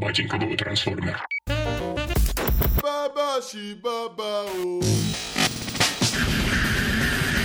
батенька был трансформер. Баба, шибаба, о.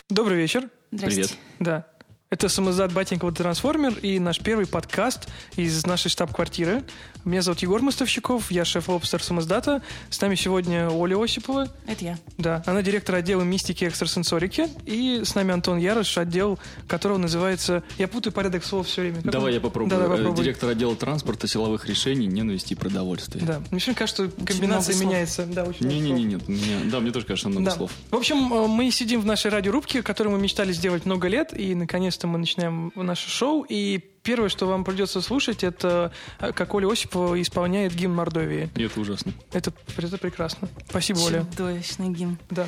Добрый вечер. Здрасте. Привет. Да. Это самоздат Батенькова Трансформер и наш первый подкаст из нашей штаб-квартиры. Меня зовут Егор Мостовщиков, я шеф-лобстер самоздата. С нами сегодня Оля Осипова, Это я. да, она директор отдела мистики и экстрасенсорики. И с нами Антон Ярош, отдел которого называется... Я путаю порядок слов все время. Как Давай он? я попробую. Да, давай Э, попробуй. Директор отдела транспорта, силовых решений, ненависти и продовольствия. Да, мне всё кажется, что много комбинация слов. меняется. Да, очень много слов. Не-не-не, нет. мне- да, мне тоже, конечно, много Да. слов. В общем, э, мы сидим в нашей радиорубке, которую мы мечтали сделать много лет, и наконец-то мы начинаем наше шоу. И первое, что вам придется слушать, это э, как Оля Осипова исполняет гимн Мордовии. И это ужасно. Это, это прекрасно. Спасибо, Оля. Чудовищный гимн. Да.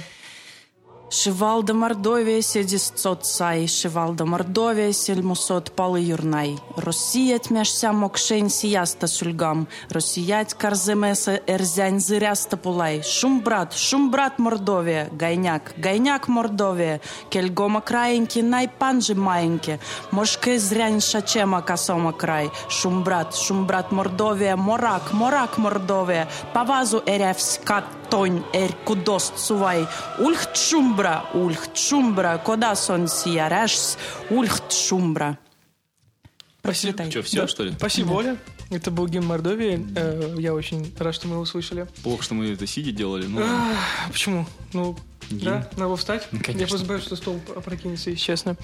Шивалда Мордовия сот сай, Шивалда Мордовия сельмусот палы юрнай. Россия тмяшся мокшень сияста сульгам, Россиять карземеса эрзянь зыряста пулай. Шум брат, шум брат Мордовия, гайняк, гайняк Мордовия, Кельгома краеньки най панжи маеньки, Мошке зрянь шачема косома край. Шум брат, шум брат Мордовия, морак, морак Мордовия, Павазу эрявскат тонь эр кудост сувай. Ульх чумбра, ульх чумбра, кода сон сиярэшс, ульх чумбра. Прочитай. Что, все, что ли? Спасибо, Оля. Это был гимн Мордовии. Э, Я очень рад, что мы его услышали. Плохо, что мы это сидя делали. Ну, ладно. Ах, Почему? Ну, да, надо встать. конечно. Я просто боюсь, что стол опрокинется, если честно.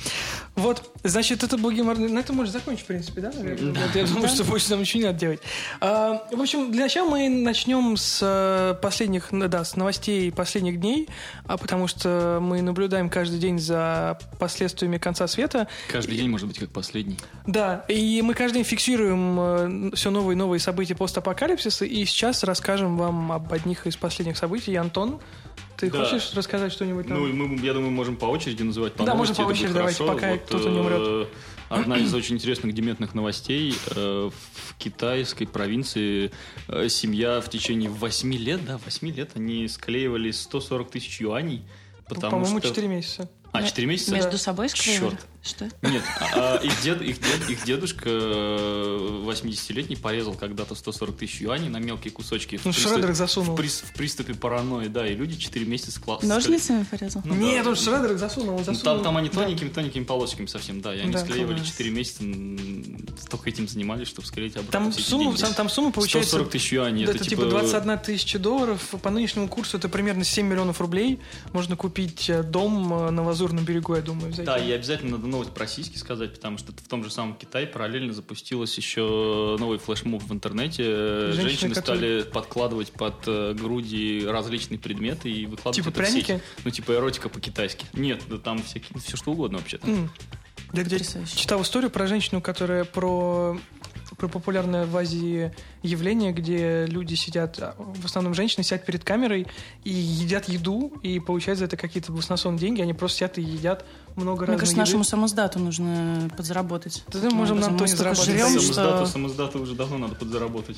Вот, значит, это был геморрой. На этом можно закончить, в принципе, да, наверное? Вот Я думаю, что больше нам ничего не надо делать. А, В общем, для начала мы начнем с э, последних, ну, да, с новостей последних дней, а потому что мы наблюдаем каждый день за последствиями конца света. Каждый день может быть как последний. Да, и мы каждый день фиксируем все новые и новые события постапокалипсиса, и сейчас расскажем вам об одних из последних событий. Антон, ты Да. хочешь рассказать что-нибудь нам? Ну, и мы, я думаю, можем по очереди называть по Да, новости, можем по это будет очереди, давайте, хорошо. пока Вот, кто-то не умрет. э, Одна из очень интересных дементных новостей. э, В китайской провинции э, семья в течение 8 лет, да, 8 лет, они склеивали 140 тысяч юаней, потому По-моему, что... 4 месяца. А, 4 месяца? Между собой склеивали? Чёрт. Что? Нет, а, их, дед, их, дед, их дедушка э, 80-летний порезал когда-то 140 тысяч юаней на мелкие кусочки. в Ну, приступ- Шредер их в, засунул. прис- в приступе паранойи, да, и люди 4 месяца класса. Ножницами порезал? Ну, Нет, да. он Шредер их засунул, он Ну, засунул. там, там они тоненькими-тоненькими полосиками совсем, да, и они Да, склеивали класс. 4 месяца, м, только этим занимались, чтобы склеить обратно Там все эти сумма, деньги. там, там сумма получается... 140 тысяч юаней, э, да, это типа 21 тысяча долларов. По нынешнему курсу это примерно 7 миллионов рублей. Можно купить э, дом э, на Лазурном берегу, я думаю. за Да, эти- и обязательно надо новость про сиськи сказать, потому что в том же самом Китае параллельно запустилась еще новый флешмоб в интернете. Э, Женщины, Женщины, которые- стали подкладывать под э, груди различные предметы и выкладывать Типа это в сеть. пряники? Ну, типа эротика по-китайски. Нет, да там всякие, все что угодно вообще-то. М. Да, где- Потрясающе. читал историю про женщину, которая про про популярное в Азии явление, где люди сидят, а, в основном женщины сидят перед камерой и едят еду, и получают за это какие-то в основном деньги, они просто сидят и едят много Мне раз. кажется, нашему самоздату нужно подзаработать. Да, мы можем на Мы Антоне столько заработать. жрём, Прям Самоздату, что... самоздату уже давно надо подзаработать.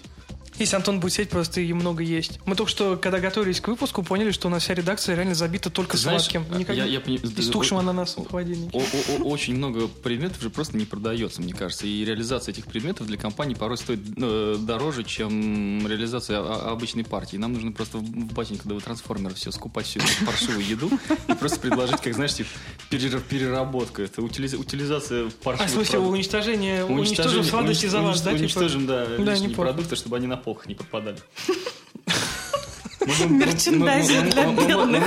Если Антон будет сидеть, просто и много есть. Мы только что, когда готовились к выпуску, поняли, что у нас вся редакция реально забита только Ты знаешь, сладким. а, Никак... я- я пони- И с тухшим ананасом в холодильнике. О- о- о- Очень много предметов же просто не продается, мне кажется. И реализация этих предметов для компании порой стоит э, дороже, чем реализация о- о- обычной партии. Нам нужно просто в батеньку до трансформера все скупать всю эту паршивую еду и просто предложить, как знаешь, типа, перер- переработка. Это утилиз- утилизация А, в паршивых смысле, продуктов. уничтожение, Ну, Уничтожим- уничтожим сладости унич- за вас, унич- да? типа? Уничтожим, да, Да, лишние неплохо. продукты, чтобы они на полках не пропадали. Мерчендайзинг для бедных.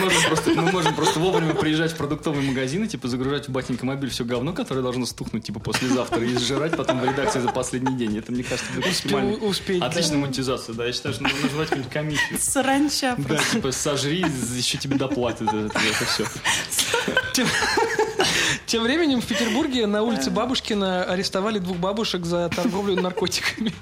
Мы можем просто вовремя приезжать в продуктовый магазин и типа загружать в батенька мобиль все говно, которое должно стухнуть типа послезавтра и сжирать потом в редакции за последний день. Это, мне кажется, будет максимально... А успеть, да. Отличная монетизация, да. Я считаю, что нужно назвать какую-нибудь комиссию. Саранча. Да, типа, сожри, еще тебе доплатят за это, все. Тем временем в Петербурге на улице Бабушкина арестовали двух бабушек за торговлю наркотиками.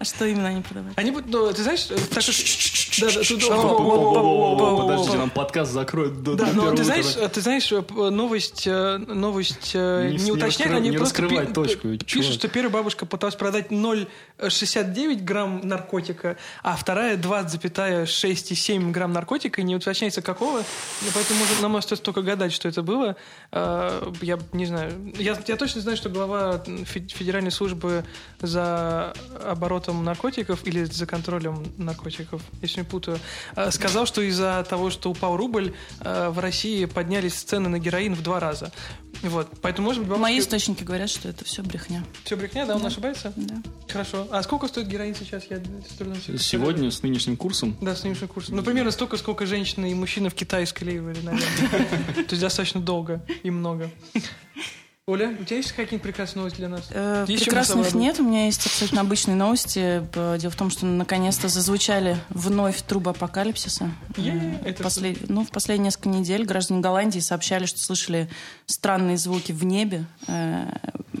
А что именно они продавали? Они, бу- ну, ты знаешь, э, так как- Да, да, тут- Подождите, нам подкаст закроют до до Да, но первого ты знаешь, утра. ты знаешь, э, п- новость, э, новость э, Не- не, не уточняет, раскры- они не просто раскрывай пи- точку, пи- чувак. пишут, что первая бабушка пыталась продать 0,69 грамм наркотика, а вторая 20,67 грамм наркотика, и не уточняется какого, и поэтому может, нам остается только гадать, что это было. Э, Я не знаю. Я, я точно знаю, что глава фе- Федеральной службы за оборотом наркотиков или за контролем наркотиков, если не путаю, э, сказал, что из-за того, что упал рубль, э, в России поднялись цены на героин в два раза. Вот. Поэтому, может быть, бабушка- Мои источники говорят, что это все брехня. все брехня, да, он ошибается? Да. Хорошо. А сколько стоит героин сейчас? Я с трудом себе представляю. Сегодня с нынешним курсом Да, с нынешним курсом. Ну, примерно столько, сколько женщины и мужчины в Китае склеивали, наверное. То есть достаточно долго и много. Оля, у тебя есть какие-нибудь прекрасные новости для нас? Э, Есть чем нас прекрасных обрадовать? нет, у меня есть абсолютно обычные новости. Б- Дело в том, что наконец-то зазвучали вновь трубы апокалипсиса. Е, Э, это после- Ну, в последние несколько недель граждане Голландии сообщали, что слышали странные звуки в небе, э,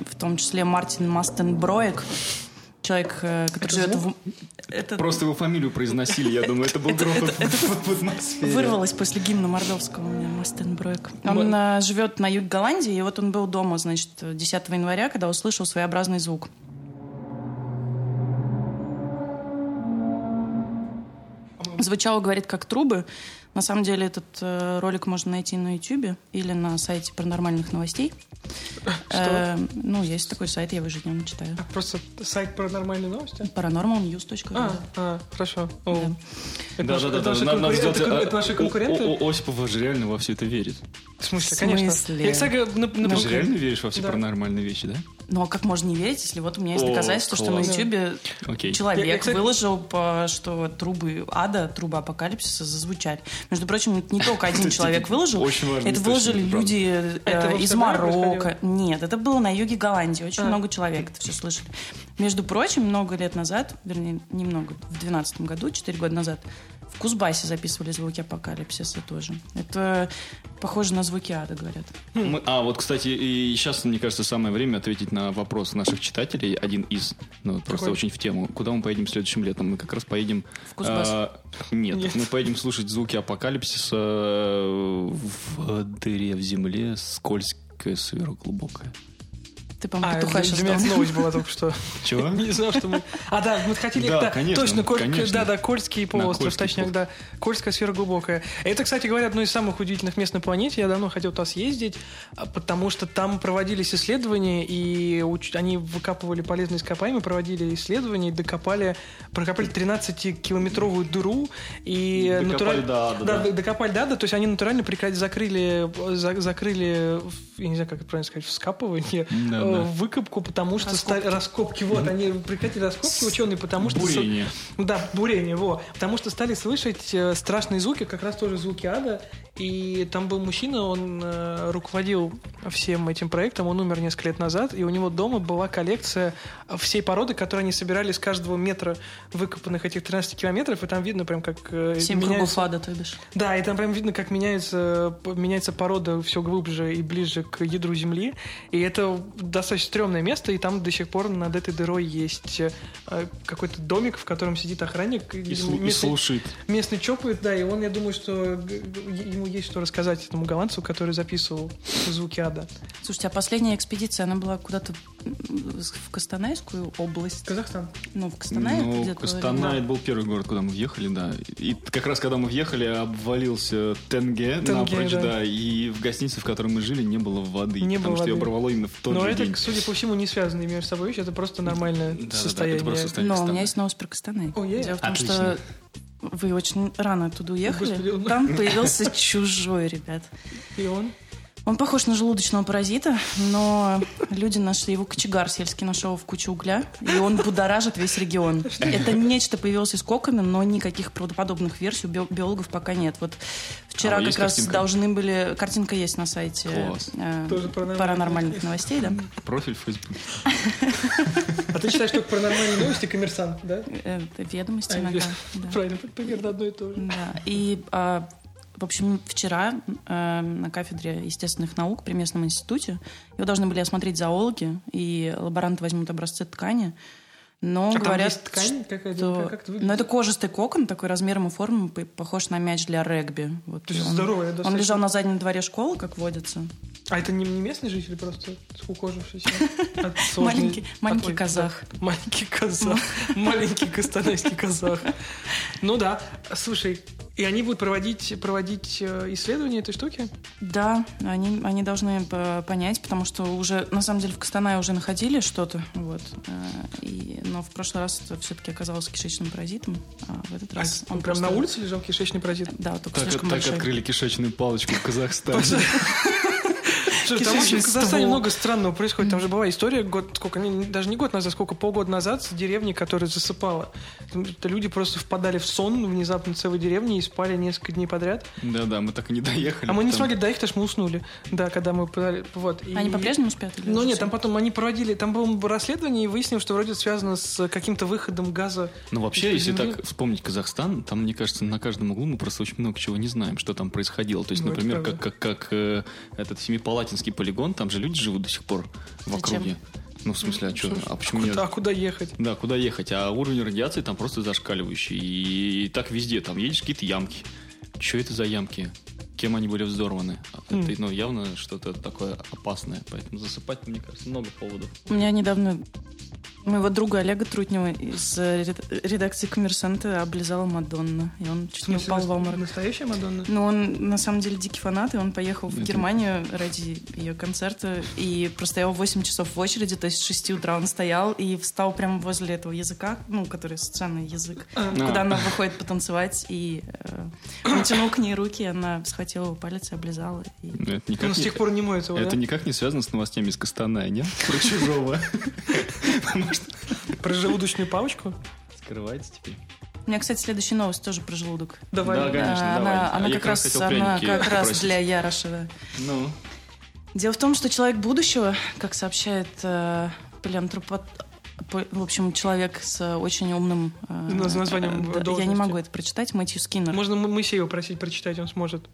в том числе Мартин Мастенброек, человек, э, который живет в... Это просто его фамилию произносили, я думаю, это был грохот в атмосфере. Вырвалось после гимна мордовского у меня Мастенбройк. Он э, живет на юге Голландии, и вот он был дома, значит, 10 января, когда услышал своеобразный звук. Звучало, говорит, как трубы. На самом деле этот э, ролик можно найти на Ютьюбе или на сайте паранормальных новостей. Э, ну, есть такой сайт, я его ежедневно читаю. А, Просто сайт про нормальные новости? Paranormalnews.ru А, а, хорошо. О. Да. Это Да, наши- да, да, это да. наши на- на конкурен- взгляд, это кон- а, Это наши о- конкуренты? о- о- Осипова же реально во все это верит. В смысле, В конечно. смысле? Я, кстати, на- на- Ты Ну, же реально веришь во все Ну, Да. паранормальные вещи, да? Ну, а как можно не верить, если вот у меня есть О, доказательство, что на класс. Ютьюбе Окей. Человек Я- я, кстати- выложил, по- что трубы ада, трубы апокалипсиса зазвучали. Между прочим, это не только один человек выложил. Очень важный Это выложили источник, правда. люди э, Это во из всем мире Марокко. происходило? Нет, это было на юге Голландии. Очень А. много человек это все слышали. Между прочим, много лет назад, вернее, немного, в 2012 году, 4 года назад, в Кузбассе записывали звуки апокалипсиса тоже. Это похоже на звуки ада, говорят. Мы- а, вот, кстати, и сейчас, мне кажется, самое время ответить на вопрос наших читателей. Один из. Ну, вот просто Какой? очень в тему. Куда мы поедем следующим летом? Мы как раз поедем... В Кузбасс. а, нет, Нет. мы поедем слушать звуки апокалипсиса э, в дыре в земле, скользкая, сверхглубокая. Ты, по-моему, А, петуха для, сейчас для меня дал. это новость была только что. Чего? Не знал, что мы... А, да, мы хотели... Да, конечно, Точно, Коль- конечно. да, да, Кольский полуостров, Кольский точнее, да. Кольская сфера глубокая. Это, кстати говоря, одно из самых удивительных мест на планете. Я давно хотел туда съездить, а, потому что там проводились исследования, и уч- они выкапывали полезные ископаемые, проводили исследования и докопали, прокопали 13-километровую дыру. И Докопали натураль- до ада, да. д- докопали до ада, то есть они натурально прекра- закрыли, э, за- закрыли, в- я не знаю, как это правильно сказать, вскапывание, Да, э, да. выкопку, потому что ста- раскопки, вот, они прекратили раскопки ученые, потому что... Ну Бурение. Да, бурение, во. Потому что стали слышать э, страшные звуки, как раз тоже звуки ада, и там был мужчина, он э, руководил всем этим проектом, он умер несколько лет назад, и у него дома была коллекция всей породы, которую они собирали с каждого метра выкопанных этих 13 километров, и там видно прям, как... э, Семь кругов меняется- ада, то бишь. да, и там прям видно, как меняется, п- меняется порода все глубже и ближе к ядру Земли. И это достаточно стрёмное место, и там до сих пор над этой дырой есть э, какой-то домик, в котором сидит охранник. И, слу- и местный, слушает. местный чопает, да, и он, я думаю, что э, г- г- ему есть что рассказать этому голландцу, который записывал звуки ада. Слушайте, а последняя экспедиция, она была куда-то м, в Костанайскую область. Казахстан. Ну, в Костанае это ну, где-то. Костанай был первый город, куда мы въехали, да. И как раз когда мы въехали, обвалился Тенге, Тенге, напрочь, да. да. И в гостинице, в которой мы жили, не было воды. Не было потому что ее воды. оборвало именно в тот Но же это, день. судя по всему, не связанные между собой вещи, это просто нормальное Да-да-да, это состояние. просто состояние Но у меня Костаная. есть новость про Костанай. О, е. Дело в том, Отлично. что вы очень рано оттуда уехали. Господи, он- Там появился чужой, ребят. И он? Он похож на желудочного паразита, но люди нашли его кочегар сельский нашел в кучу угля, и он будоражит весь регион. Это нечто появилось искоками, но никаких правдоподобных версий у био- биологов пока нет. Вот вчера А, как раз есть картинка? должны были... Картинка есть на сайте Класс. э, Тоже паранормальных паранормальных новостей, да? Профиль в Фейсбуке. А ты читаешь только про нормальные новости, коммерсант, да? Э, Ведомости А, иногда. вес- да. Правильно, примерно одно и то же. Да. И, а, в общем, вчера э, на кафедре естественных наук при местном институте его должны были осмотреть зоологи, и лаборанты возьмут образцы ткани. Но А там говорят, есть ткань какая-то? что- Как- как это выглядит? ну это кожистый кокон, такой размером и формой, п- похож на мяч для регби. Вот То есть он- здоровая Он достаточно. лежал на заднем дворе школы, как водится. А это не, не местный житель просто, скукожившийся? от сложной- Маленький, маленький Ой, казах. да. Маленький казах. Маленький кастанайский казах. Ну да. Слушай, и они будут проводить, проводить э, исследования этой штуки? Да, они, они должны по- понять, потому что уже, на самом деле, в Кастанае уже находили что-то, вот. э, и- но в прошлый раз это все-таки оказалось кишечным паразитом, а в этот А раз... он прям просто- на улице лежал кишечный паразит? Да, только Так, слишком так большой. открыли кишечную палочку в Казахстане. Слушай, там вообще Кишечный в Казахстане ствол. много странного происходит. Там же была история год, сколько, не- не- даже не год назад, сколько, полгода назад с деревни, которая засыпала. Там это люди просто впадали в сон внезапно целой деревни и спали несколько дней подряд. Да-да, мы так и не доехали. А мы не потому- смогли доехать, потому что мы уснули. Да, когда мы подали. Вот. И- Они по-прежнему спят? или Ну уже нет, всё? там потом они проводили, там было расследование и выяснилось, что вроде это связано с каким-то выходом газа. Ну, вообще, Из-под если земли. так вспомнить Казахстан, там, мне кажется, на каждом углу мы просто очень много чего не знаем, что там происходило. То есть, Ну, это например, правда. как, как, как э, этот Семипалатинский полигон, там же люди живут до сих пор в Зачем? округе. Ну, в смысле, а что? А почему нет? Куда, куда ехать? Да, куда ехать? А уровень радиации там просто зашкаливающий. И, так везде. Там едешь какие-то ямки. Что это за ямки? Кем они были взорваны? Это, М. ну, явно что-то такое опасное. Поэтому засыпать, мне кажется, много поводов. У меня недавно моего друга Олега Трутнева из э, ред- редакции «Коммерсанта» облизала Мадонна, и он В чуть не смысле, упал в нас- обморок. Настоящая Мадонна? Но Ну, он на самом деле дикий фанат, и он поехал в Это- Германию ради ее концерта и простоял 8 часов в очереди, то есть с 6 утра он стоял и встал прямо возле этого языка, ну, который сценный язык, А. куда А. она выходит потанцевать, и э, он тянул к ней руки, и она схватила его палец и облизала. И... Ну, Это никак Он с не- тех пор не моется, Это да? никак не связано с новостями из Кастаная, нет? Про чужого. Про желудочную палочку? Скрывается теперь. У меня, кстати, следующая новость тоже про желудок. Давай. Да, конечно, Э, давай. Она, А она я как как раз раз, хотел она пряники как раз попросить. для Ярошева. Ну, Дело в том, что человек будущего, как сообщает э, палеантропо- по- В общем, человек с э, очень умным... э, Наз- названием э, да, Я не должности. могу это прочитать. Мэтью Скиннер. Можно М- Моисея просить прочитать, он сможет.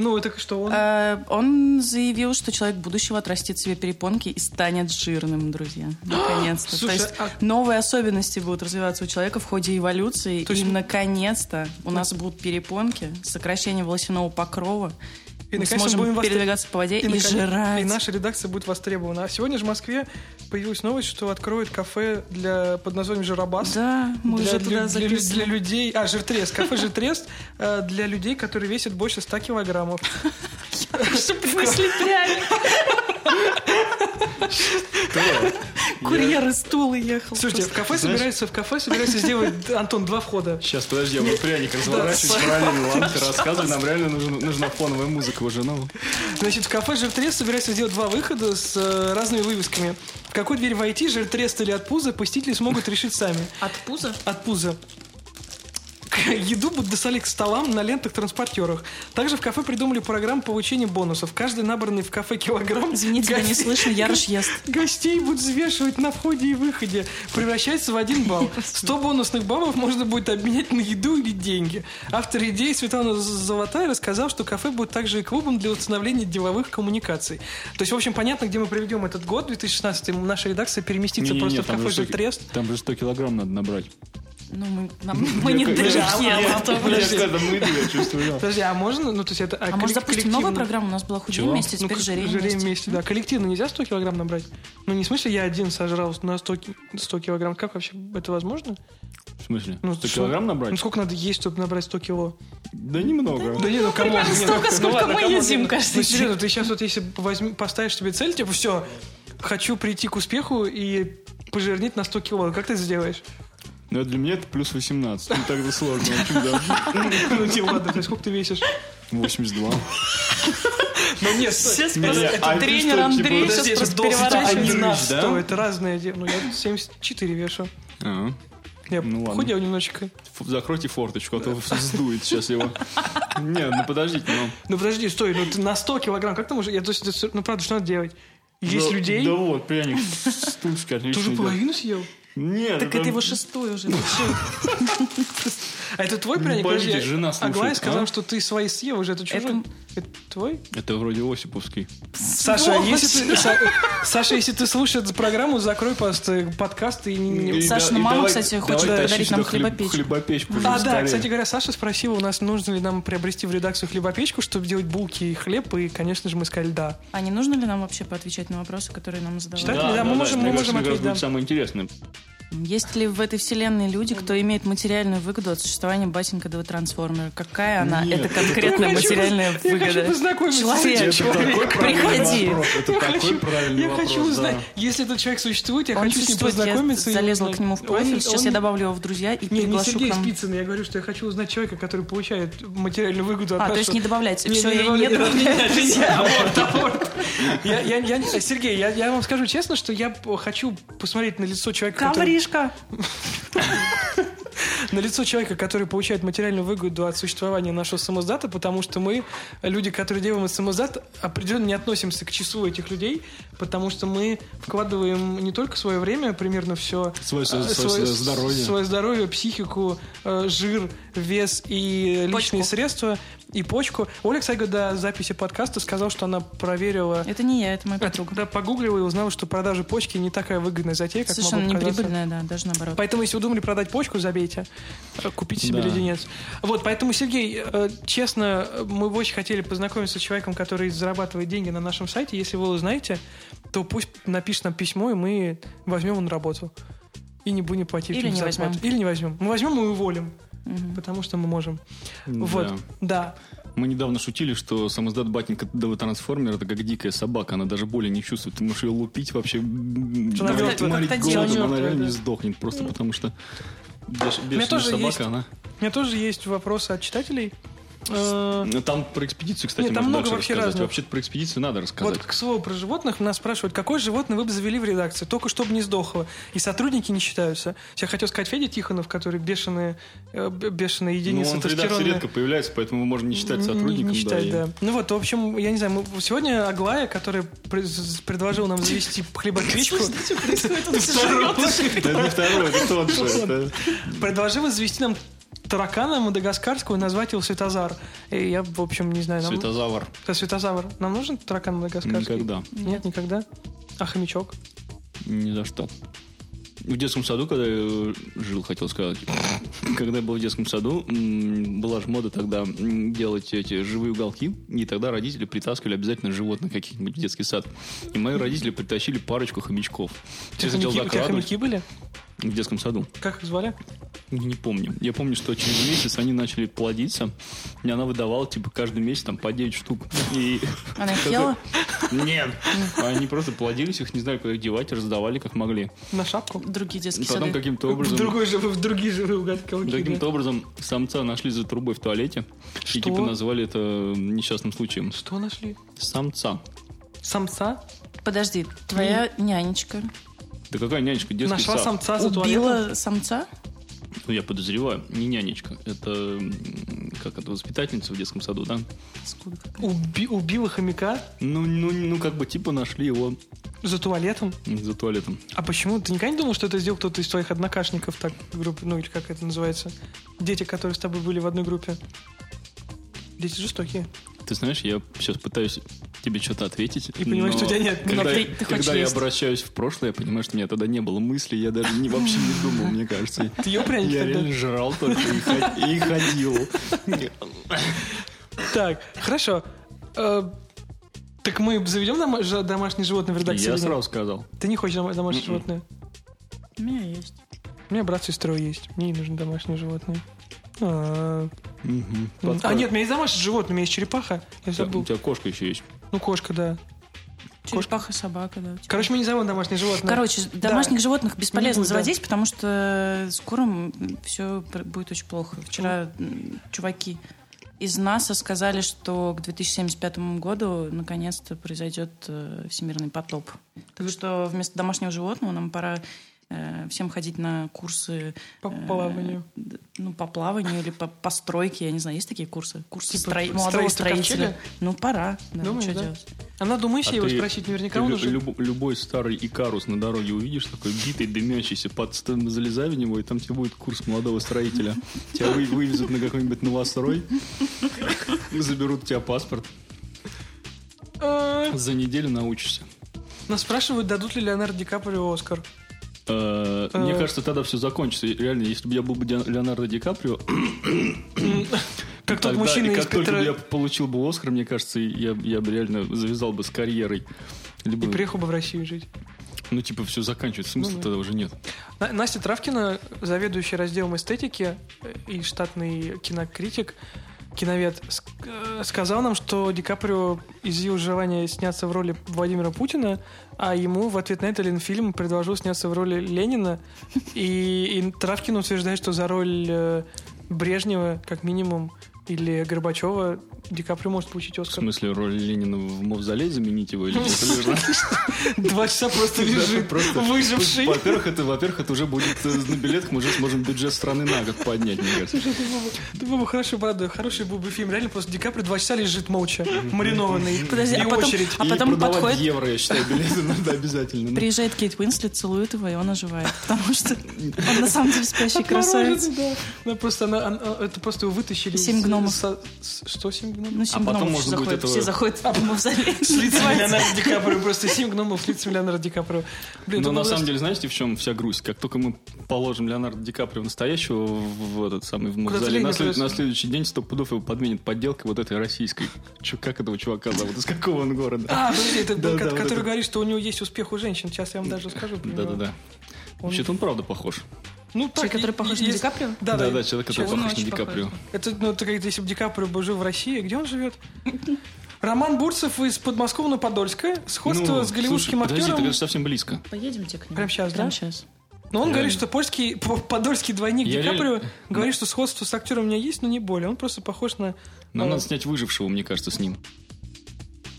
Ну, это что он? Э, он заявил, что человек будущего отрастит себе перепонки и станет жирным, друзья. Наконец-то. Слушай, То есть а- новые особенности будут развиваться у человека в ходе эволюции. То есть- И, наконец-то, у нас будут перепонки, сокращение волосяного покрова. И, мы наконец, сможем будем восст- передвигаться по воде и, наконец- жрать. и наша редакция будет востребована. А сегодня же в Москве появилась новость, что откроют кафе для, под названием «Жиробас». Да, мы для, уже лю- туда для лю- записали. для людей... А, жиртрест. Кафе «Жиртрест» э, для людей, которые весят больше 100 килограммов. Мысли пряник. Курьер из Тулы ехал. Слушайте, в кафе собирается, в кафе собирается сделать, Антон, два входа. сейчас, подожди, я буду пряник разворачивать параллельно. Ладно, ты рассказывай, нам реально нужен- нужна фоновая музыка уже, ну. Значит, в кафе «Жиртрес» собирается сделать два выхода с э, разными вывесками. В какую дверь войти, «Жиртрес» или от пуза, посетители смогут решить сами. От пуза? От пуза. Еду будут доставлять к столам на лентах-транспортерах. Также в кафе придумали программу получения бонусов. Каждый набранный в кафе килограмм... Извини, тебя не гостей- слышно, Ярош ест. Гостей будут взвешивать на входе и выходе. Превращается в один балл. 100 бонусных баллов можно будет обменять на еду или деньги. Автор идеи Светлана З- Золотая рассказал, что кафе будет также и клубом для установления деловых коммуникаций. То есть, в общем, понятно, где мы проведем этот год, 2016. Наша редакция переместится Не-не-не, просто в там кафе же же сто- Там же 100 килограмм надо набрать. Ну, мы, нам- мы не Я- дырки, а то Подожди, это мы, я чувствую. Подожди, а можно? Ну, то есть это... А может, запустим новую программу? У нас была Чего? худее вместе, Ну, теперь как- жиреем жиреем вместе. вместе, да. Коллективно нельзя 100 килограмм набрать? Ну, не в смысле я один сожрал на 100, ки- 100 килограмм. Как вообще это возможно? В смысле? Ну, 100 что? килограмм Ну, набрать? сколько надо есть, чтобы набрать 100 кило? Да немного. Да не, ну камон. Примерно не, ну, столько, ну сколько ладно, мы камон, едим не, ну, каждый Ну, день. серьезно, ты сейчас вот если возьми- поставишь себе цель, типа, все, хочу прийти к успеху и пожирнеть на 100 кило. Как ты это сделаешь? Но Ну, а для меня это плюс 18. Ну, тогда сложно. в общем, да. Ну, типа, ладно, то есть сколько ты весишь? 82. Ну, нет, стой. Сейчас Не, просто не, а это ты тренер что, Андрей типа, сейчас Подожди, просто это должен- переворачивает. это не на Тысяч, да? 100, это разное дело. Ну, я 74 вешу. А. Я Ну, ладно. худел немножечко. Ф- Закройте форточку, а то сдует сейчас его. Нет, ну подождите, ну. Ну подожди, стой, ну ты на 100 килограмм, как ты можешь? Я, то есть, это всё- ну правда, что надо делать? Есть Да- людей, Да вот, пряник с тушкой ты отлично уже идет. половину съел? Нет. Так это- это его шестой уже. А это твой пряник? Подождите, Подожди, жена Аглая слушает, сказала, а? что ты свои съел уже, это чужой. Это твой? Это вроде Осиповский. Саша, а если ты, Са- Саша, если ты слушаешь эту программу, закрой просто подкаст и не... не- И Сашина да- и мама, давай- кстати, давай хочет тащи подарить нам сюда хлеб- хлебопечку. Хлебопечку. уже А, да, скорее. кстати говоря, Саша спросила у нас, нужно ли нам приобрести в редакцию хлебопечку, чтобы делать булки и хлеб, и, конечно же, мы сказали да. А не нужно ли нам вообще поотвечать на вопросы, которые нам Да, задавали? да, мы можем- мне мы кажется, можем мне кажется, ответить, да. будет самое интересное. Есть ли в этой вселенной люди, кто имеет материальную выгоду от существования батенька до трансформера? Какая она? Нет, это конкретная Я хочу материальная поз- я выгода. хочу познакомиться с Человек, этим человек, приходи. Это Я такой хочу- правильный Я вопрос, хочу да. узнать, если этот человек существует, я Он хочу с ним существует, я познакомиться. и залезла узнать. к нему в профиль. Он- Сейчас он- я добавлю его в друзья и Не, не приглашу Сергей к нам. Спицын, я говорю, что я хочу узнать человека, который получает материальную выгоду от А, нас, то есть что- не добавлять. Не, Все, не я не добавляй, добавляю. Аборт, аборт. Я- я- я не- Сергей, я, я вам скажу честно, что я п- хочу посмотреть на лицо человека, который, Ковришка. на лицо человека, который получает материальную выгоду от существования нашего самоздата, потому что мы, люди, которые делаем этот самоздат, определенно не относимся к числу этих людей, потому что мы вкладываем не только свое время, примерно все, Свое- а, свое- свое здоровье. свое здоровье, психику, э, жир, вес и личные Почку. средства и почку. Оля, кстати, до записи подкаста сказал, что она проверила Это не я, это моя Это подруга. когда погуглила и узнала, что продажа почки не такая выгодная затея, как Совершенно могло показаться. неприбыльная, да, даже наоборот. Поэтому, если вы думали продать почку, забейте. Э, Купите себе Да. леденец. Вот, поэтому, Сергей, э, честно, э, мы бы очень хотели познакомиться с человеком, который зарабатывает деньги на нашем сайте. Если вы узнаете, то пусть напишет нам письмо, и мы возьмем его на работу. И не будем платить Или ему не зарплату. возьмем. Или не возьмем. Мы возьмем и уволим, Мгм. потому что мы можем. Да. Вот, да. Мы недавно шутили, что самоздат батника до трансформера это как дикая собака, она даже боли не чувствует. Ты можешь ее лупить вообще, м, Что она морить- мертвая. морить Как-то голодом, дело она мертвое, реально не да. сдохнет просто потому что беш- меня бешеная тоже собака, есть- она... У меня тоже есть вопросы от читателей. Э, Ну, Там про экспедицию, кстати, Нет, там можно много дальше вообще рассказать. разных. Вообще-то про экспедицию надо рассказать. Вот, к слову про животных, нас спрашивают, какое животное вы бы завели в редакции, только чтобы не сдохло. И сотрудники не считаются. Я хотел сказать Федя Тихонов, который бешеные, э, б- бешеная Но единица Ну, он в редакции тестостеронная. редко появляется, поэтому можно не считать Не, сотрудником. не считать, и- да. Ну вот, в общем, я не знаю, мы- сегодня Аглая, которая пред- предложила нам завести хлебопечку, Да это не второй, это тот же. это- предложила завести нам таракана мадагаскарского и назвать его Светозар. И я, в общем, не знаю, нам... Светозавр. Да, Светозавр. Нам нужен таракан мадагаскарский? Никогда. Нет, никогда. А хомячок? Ни за что. В детском саду, когда я жил, хотел сказать, когда я был в детском саду, м, была же мода тогда м, делать эти живые уголки, и тогда родители притаскивали обязательно животных каких-нибудь в детский сад. И мои родители притащили парочку хомячков. Я хотел Хомяки- У тебя закрадывать хомяки были? в детском саду. Как их звали? Я Не помню. Я помню, что через месяц они начали плодиться, и она выдавала, типа, каждый месяц там по 9 штук. И... Она их ела? Нет. А Они просто плодились, их не знали, куда их девать, раздавали, как могли. На шапку? Другие детские Потом сады. каким-то образом... В, другой же, в другие живые угадки. Каким-то образом самца нашли за трубой в туалете Что? и типа назвали это несчастным случаем. Что нашли? Самца. Самца? Подожди, твоя нянечка Да какая нянечка, детский Нашла сад. самца за туалетом? убила самца? Ну, я подозреваю, не нянечка. Это м, как это, воспитательница в детском саду, да? Сколько? Уби- убила хомяка Ну, ну, ну, как бы типа нашли его за туалетом? за туалетом. А почему? Ты никогда не думал, что это сделал кто-то из твоих однокашников, так, группы, ну или как это называется? Дети, которые с тобой были в одной группе. Дети жестокие. Ты знаешь, я сейчас пытаюсь тебе что-то ответить. И понимаешь, но что у тебя нет. Но Когда, ты- ты хочешь когда я есть. обращаюсь в прошлое, я понимаю, что у меня тогда не было мысли, я даже не, вообще не думал, мне кажется. Ты ее пряник Я тогда? реально жрал только и ход- и ходил. Так, хорошо. Э, Так мы заведем дома- ж- домашнее животное в редакции? Я или нет? сразу М-м. сказал. Ты не хочешь дома- домашнее животное? У меня есть. У меня брат с сестрой есть. Мне не нужны домашние животные. А, Мгм. А, Подсказ- нет, у меня есть домашние животные, у меня есть черепаха. Я У тебя- у забыл. тебя кошка еще есть. Ну, кошка, да. Черепаха, собака, да. у тебя. Короче, мы не зовем домашние животные. Короче, домашних животных бесполезно Не будет, Типа, да. заводить, потому что скоро все будет очень плохо. Вчера м, чуваки из НАСА сказали, что к 2075 году наконец-то произойдет э, всемирный потоп. Так что вместо домашнего животного нам пора э, всем ходить на курсы По э, плаванию. д- ну, по плаванию или по, по стройке, я не знаю, есть такие курсы? Курсы Типа строи- строительство молодого строителя. ковчега? Ну, пора. Да, Думаешь, что да? делать? А надо у Моисеева ты- спросить, наверняка Ты он лю- уже... люб- любой старый Икарус на дороге увидишь, такой битый, дымящийся, под стенд, залезай в него, и там тебе будет курс молодого строителя. Тебя вы- вывезут на какой-нибудь новострой, и заберут у тебя паспорт. А, За неделю научишься. Нас спрашивают, дадут ли Леонардо Ди Каприо Оскар. Э, Мне Э. кажется, тогда все закончится. И Реально, если бы я был бы Ди- Леонардо Ди Каприо, Как Ну, тот тогда, мужчина и из как только бы я Петра... получил бы Оскар, мне кажется, я, я бы реально завязал бы с карьерой. И Либо, приехал бы в Россию жить. Ну, типа, все заканчивается, смысла Ну да. тогда уже нет. На- Настя Травкина, заведующая разделом эстетики э, и штатный кинокритик, киновед, ск- э, сказал нам, что Ди Каприо изъявил желание сняться в роли Владимира Путина, а ему в ответ на это Ленфильм предложил сняться в роли Ленина. И, и Травкин утверждает, что за роль э, Брежнева, как минимум, или Горбачева Ди Каприо может получить В Оскар. смысле, роль Ленина в мавзолей заменить его или что-то верно? Два часа просто лежит, просто выживший. Во-первых, это, во-первых, это уже будет э, на билетах, мы уже сможем бюджет страны на год поднять, мне кажется. Слушай, это было бы- это было бы хорошо, правда, хороший был бы фильм. Реально просто Ди Каприо два часа лежит молча, маринованный. Подожди, и а потом- очередь. а И потом продавать подходит- евро, я считаю, билеты надо обязательно. Ну, Приезжает Кейт Уинслет, целует его, и он оживает. Потому что он на самом деле спящий красавец. Отмороженный, да. Она просто, она- она- это просто его вытащили. из- э, Семь гномов. со- с- что семь гномов? Ну, семь А потом гномов можно будет заходит, этого- все заходят в мавзолей. С лицами Леонардо Ди Каприо, просто семь гномов с лицами Леонардо Ди Каприо. Блин, это Но Ну, на было самом бы- деле, знаете, в чем вся грусть? Как только мы положим Леонардо Ди Каприо настоящего в в этот самый в мавзолей, Ленина на, след- просто. на следующий день сто пудов его подменит подделкой вот этой российской. Чё, как этого чувака зовут? Из какого он города? А, подожди, это Да, был, да, ко- вот который это. говорит, что у него есть успех у женщин. Сейчас я вам даже скажу. про него. Да-да-да. Вообще-то он правда похож. Ну, так, Человек, который и- похож и- на Ди есть- Каприо? Да-да. Да-да, человек, который Чё, он похож на очень Ди похож. Каприо. Это, ну, это как если бы Ди Каприо бы жил в России. Где он живет? Роман Бурцев из подмосковного подольска Сходство Ну, с голливудским слушай, Подожди, так актером. это же совсем близко. Поедемте к нему. Прям сейчас, да? Прямо сейчас. Но он говорит, реально. что польский, п- подольский двойник Эм. Я Ди Каприо реально- говорит, что сходство с актером у меня есть, но не более. Он просто похож на... Нам э, надо снять выжившего, мне кажется, с ним.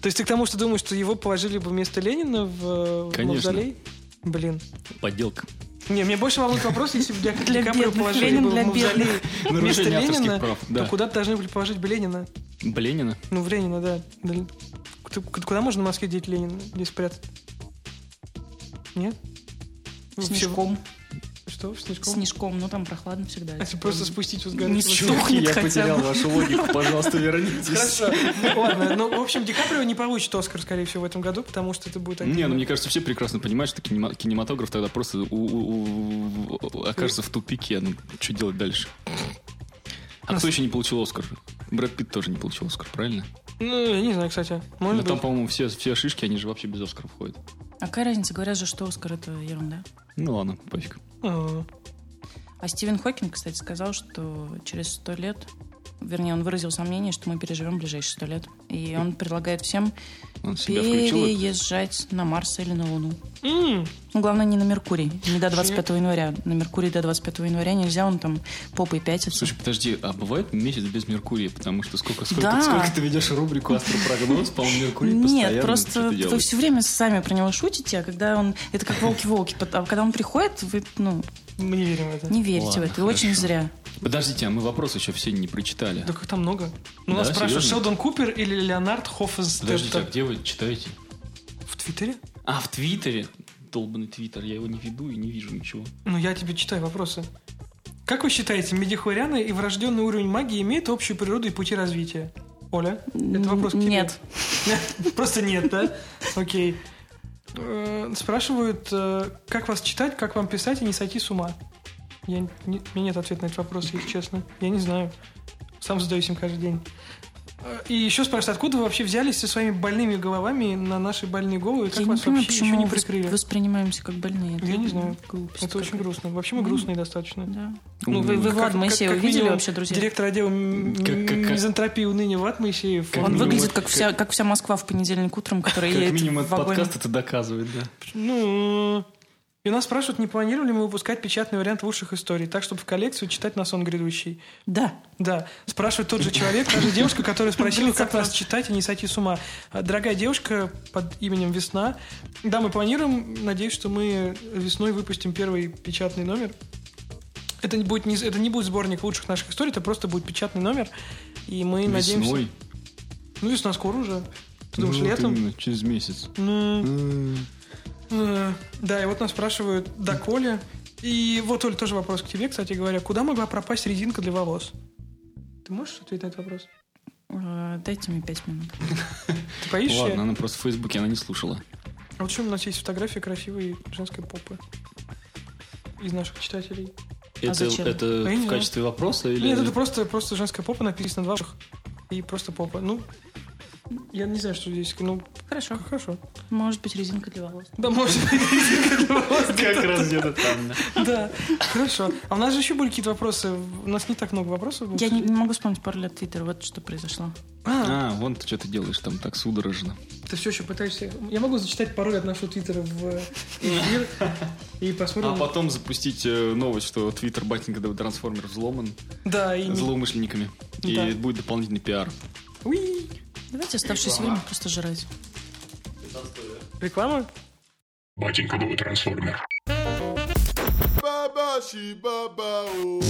То есть ты к тому, что думаешь, что его положили бы вместо Ленина в, э, в Конечно. мавзолей? Блин. Подделка. Не, мне больше волнует вопрос, если бы Ди Ди Для Каприо бедных, положили Ленин бы для в мавзолей бедных. вместо Нарушение авторских Ленина, прав, да. то куда должны были положить бы Ленина? Ленина. Ну, в Ленина, да. Да л- ты- к- Куда можно в Москве деть Ленина? Где спрятать? Нет? Ну, всё- Снежком. Что? В снежком? Снежком, ну там прохладно всегда. А Если типа, просто спустить вот с горы. Не просто- чё. Тухнет я хотя бы. потерял вашу логику, пожалуйста, вернитесь. Хорошо. Ну, Ладно. Ну, в общем, Ди Каприо не получит Оскар, скорее всего, в этом году, потому что это будет... Не, ну мне кажется, все прекрасно понимают, что кинема- кинематограф тогда просто у- у- у- окажется в тупике. Ну, что делать дальше? А кто еще не получил Оскар? Брэд Питт тоже не получил Оскар, правильно? Ну, я не знаю, кстати. Но Может там, быть. по-моему, все, все шишки, они же вообще без Оскара входят. А какая разница? Говорят же, что Оскар это ерунда. Ну ладно, пофиг. А, А Стивен Хокинг, кстати, сказал, что через сто лет, вернее, он выразил сомнение, что мы переживем ближайшие сто лет. И он предлагает всем Он себя включил. и- переезжать на Марс или на Луну. м, Ну, главное, не на Меркурий. Не до 25 января. На Меркурий до 25 января нельзя, он там попой пятится. Слушай, подожди, а бывает месяц без Меркурия? Потому что сколько, сколько, Да. сколько ты ведешь рубрику «Астропрогноз», по-моему, Меркурий Нет, постоянно просто что-то вы делает. все время сами про него шутите, а когда он... Это как волки-волки. пот- А когда он приходит, вы, ну, Мы не верим в это. не верите Ладно, в это. И очень хорошо. зря. Подождите, а мы вопрос еще все не прочитали. Да как там много. Ну, нас Да, спрашивают, серьезно? Шелдон Купер или Леонард Хоффенстетт? Подождите, а где вы читаете? В Твиттере? А, в Твиттере? Долбанный Твиттер, я его не веду и не вижу ничего. Ну, я тебе читаю вопросы. Как вы считаете, медихлорианы и врожденный уровень магии имеют общую природу и пути развития? Оля, это вопрос к тебе. Нет. Просто нет, да? Окей. Э, Спрашивают, э, как вас читать, как вам писать и не сойти с ума? Я не- не- у меня нет ответа на этот вопрос, если честно. Я не знаю. Сам задаюсь им каждый день. Э, И еще спрашивают, откуда вы вообще взялись со своими больными головами на наши больные головы, и как Я не вас понимаю, вообще еще почему не вос- прикрыли? воспринимаемся как больные. Это Я не знаю. глупость Это очень какая-то. грустно. Вообще мы грустные достаточно. Да. Ну, Ну, вы, вы Как- Влад как- Моисеева как видели минимум, вообще, друзья? Директор отдела м- Как- как- как- мизантропии уныния Влад Моисеев. Как Он минимум, выглядит как, как- вся, как вся Москва в понедельник утром, которая Как едет минимум в этот вагоне. подкаст это доказывает, да. Ну, и нас спрашивают, не планировали ли мы выпускать печатный вариант лучших историй, так, чтобы в коллекцию читать на сон грядущий. Да. Да, спрашивает тот же человек, та же девушка, которая спросила, как нас читать и не сойти с ума. А, Дорогая девушка под именем Весна, да, мы планируем, надеюсь, что мы весной выпустим первый печатный номер. Это не будет, не, это не будет сборник лучших наших историй, это просто будет печатный номер. И мы надеемся... Весной. Ну, весна скоро уже. Тут Ты думаешь, летом? через месяц. Ну, М, Э, Да, и вот нас спрашивают, доколе. И вот, Оль, тоже вопрос к тебе, кстати говоря. Куда могла пропасть резинка для волос? Ты можешь ответить на этот вопрос? Э, Дайте мне пять минут. Ты поищешь? Ладно, она просто в Фейсбуке, она не слушала. А вот чем у нас есть фотографии красивой женской попы? Из наших читателей. это А зачем? это Понятно. в качестве вопроса или... Нет, это просто, просто женская попа написано два ваших. И просто попа. Ну, я не знаю, что здесь. Ну, Хорошо. хорошо. Может быть, резинка для волос. Да, может быть, резинка для волос. Как раз где-то там, да. Да, хорошо. А у нас же еще были какие-то вопросы. У нас не так много вопросов. было. Я не, не могу вспомнить пароль от Твиттера, вот что произошло. А, А, вон ты что ты делаешь там так судорожно. Ты все еще пытаешься... Я могу зачитать пароль от нашего твиттера в эфир и А Ну. посмотрим... потом запустить э, новость, что твиттер батинга до трансформер взломан Да, и... не- злоумышленниками. Да. И будет дополнительный пиар. Уи! Давайте оставшееся время просто жрать. Реклама? Батенька был трансформер. Baba oh. Shibaba o.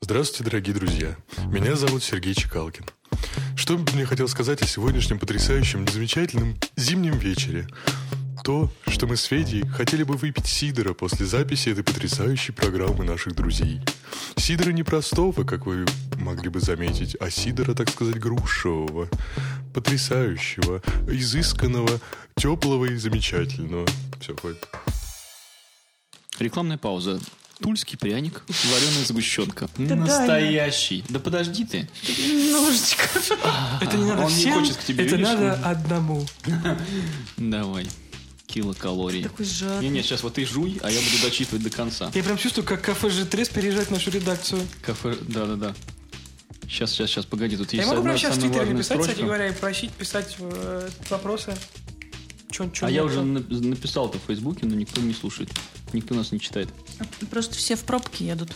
Здравствуйте, дорогие друзья. Меня зовут Сергей Чекалкин. Что бы мне хотел сказать о сегодняшнем потрясающем, замечательном зимнем вечере? То, что мы с Федей хотели бы выпить сидора после записи этой потрясающей программы наших друзей. Сидора не простого, как вы могли бы заметить, а сидора, так сказать, грушевого, потрясающего, изысканного, теплого и замечательного. Все, хватит. Рекламная пауза. Тульский пряник, вареная сгущенка. Настоящий. Да подожди ты. Немножечко. Это не надо он не всем, хочет к тебе, это видишь? надо одному. Давай. Килокалорий. Такой жад. Не-не, сейчас вот ты жуй, а я буду дочитывать до конца. Я прям чувствую, как кафе же трес переезжает нашу редакцию. Кафе, да-да-да. Сейчас, сейчас, сейчас, погоди, тут Я есть могу одна прямо сейчас в самая твиттере важная написать, кстати строчка. говоря, и просить писать э, вопросы. Чё, чё А я нет, уже там. нап- написал это в Фейсбуке, но никто не слушает. Никто нас не читает. Просто все в пробке едут.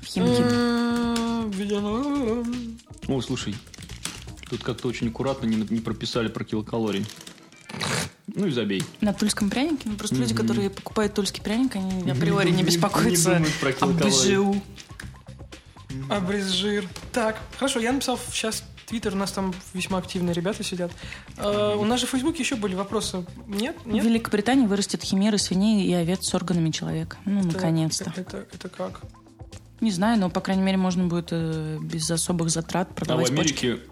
В Химки. Э, видимо, О, слушай, тут как-то очень аккуратно не, нап- не прописали про килокалорий. Ну и забей. На тульском прянике. Ну, просто люди, которые покупают тульский пряник, они априори не думают- беспокоятся не думают про об килокалории. БЖУ. Обрез жир. Так, хорошо, я написал сейчас Твиттер, у нас там весьма активные ребята сидят. Э, у нас же в Фейсбуке еще были вопросы. Нет? В Нет? Великобритании вырастет химеры свиней и овец с органами человека. Ну, Это- наконец-то. Это, это как? Не знаю, но, по крайней мере, можно будет э, без особых затрат А в продавать почки. Америке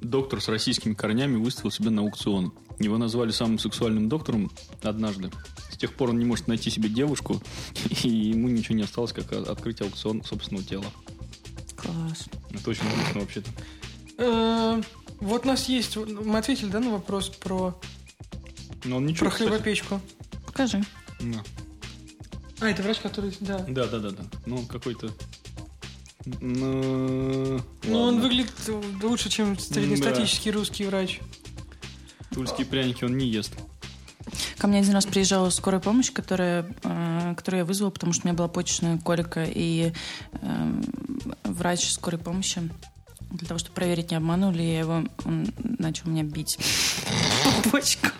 доктор с российскими корнями выставил себя на аукцион. Его назвали самым сексуальным доктором однажды. С тех пор он не может найти себе девушку, и ему ничего не осталось, как о- открыть аукцион собственного тела. Класс. Это очень грустно вообще-то. Э, вот у нас есть... Мы ответили, да, на вопрос про, Но он ничего, про кстати. хлебопечку. Покажи. Да. А, это врач, который... Да. Да, да, да, да. Ну, он какой-то... Ну, Но он ладно. выглядит лучше, чем среднестатический русский врач. Тульские пряники он не ест. Ко мне один раз приезжала скорая помощь, которая, э, которую я вызвала, потому что у меня была почечная колика, и э, врач скорой помощи для того, чтобы проверить, не обманули, я его он начал меня бить по почкам.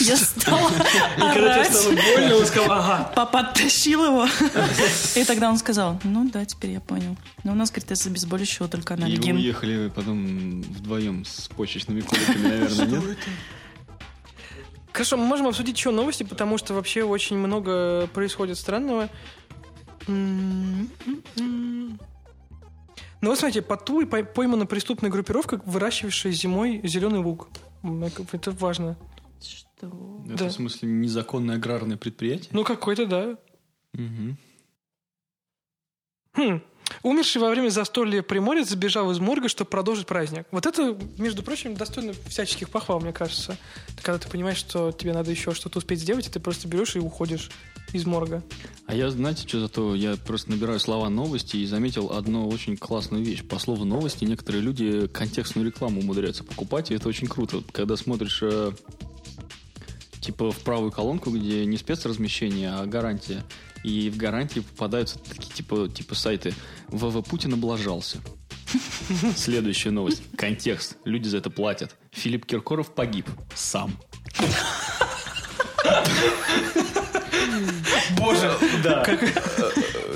Я стала орать. больно, он сказал, ага. Папа оттащил его. И тогда он сказал, ну да, теперь я понял. Но у нас, говорит, из обезболивающего только И вы анальгин. уехали потом вдвоем с почечными коликами, наверное, нет? Хорошо, мы можем обсудить еще новости, потому что вообще очень много происходит странного. М, м, м. Ну вот смотрите, по Туле пой- поймана преступная группировка, выращивавшая зимой зеленый лук. М, Это важно. Что? Это, Да. в смысле, незаконное аграрное предприятие? Ну какой-то, да. Мгм. Хм. Умерший во время застолья приморец сбежал из морга, чтобы продолжить праздник. Вот это, между прочим, достойно всяческих похвал, мне кажется. Это когда ты понимаешь, что тебе надо еще что-то успеть сделать, и ты просто берешь и уходишь из морга. А я, знаете, что зато я просто набираю слова новости и заметил одну очень классную вещь. По слову новости некоторые люди контекстную рекламу умудряются покупать, и это очень круто. Когда смотришь э, типа в правую колонку, где не спецразмещение, а гарантия, и в гарантии попадаются такие типа, типа сайты «ВВ Путин облажался». Следующая новость. Контекст. Люди за это платят. Филипп Киркоров погиб. Сам. Боже, да.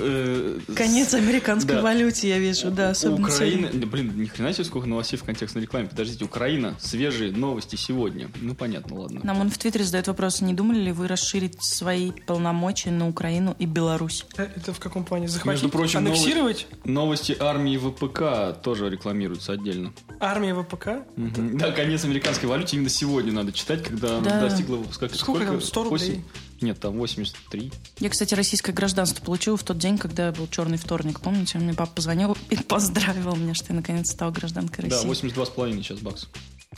Э, с- Конец американской Да. валюте, я вижу, да, особенно Украина... сегодня. Да, блин, ни хрена себе сколько новостей в контекстной рекламе. Подождите, Украина, свежие новости сегодня. Ну, понятно, ладно. Нам он в Твиттере задает вопрос, не думали ли вы расширить свои полномочия на Украину и Беларусь? Э, Это в каком плане? Захватить? Между прочим, аннексировать? Новости армии ВПК тоже рекламируются отдельно. Армия ВПК? Мгм. Да, конец американской валюте именно сегодня надо читать, когда Да. она достигла выпуска. Сколько там, 100 рублей? Нет, там 83. Я, кстати, российское гражданство получила в тот день, когда был черный вторник. Помните, мне папа позвонил и поздравил меня, что я наконец стала гражданкой Да, России. 82,5 сейчас бакс.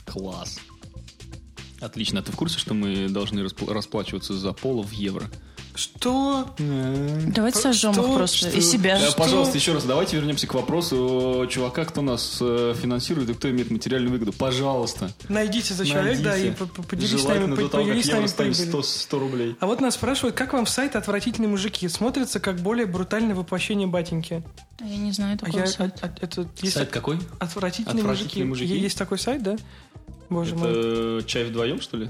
Класс. Отлично. А ты в курсе, что мы должны распла- расплачиваться за поло в евро? Что? Давайте Что? сожжем их просто. Что? И себя. Э, Пожалуйста, еще раз, давайте вернемся к вопросу э, чувака, кто нас э, финансирует и кто имеет материальную выгоду. Пожалуйста. Найдите за человек, да, и найдите. по- по- поделись с Желательно нами, по- до того, как поделись с евро нами станет прибылью. 100, 100 рублей. А вот нас спрашивают, как вам сайт «Отвратительные мужики» смотрится как более брутальное воплощение батеньки? Я не знаю А такого я- сайта. а- а- это есть Сайт какой? «Отвратительные, «Отвратительные мужики». мужики? Есть такой сайт, да? Боже мой. Это чай вдвоем, что ли?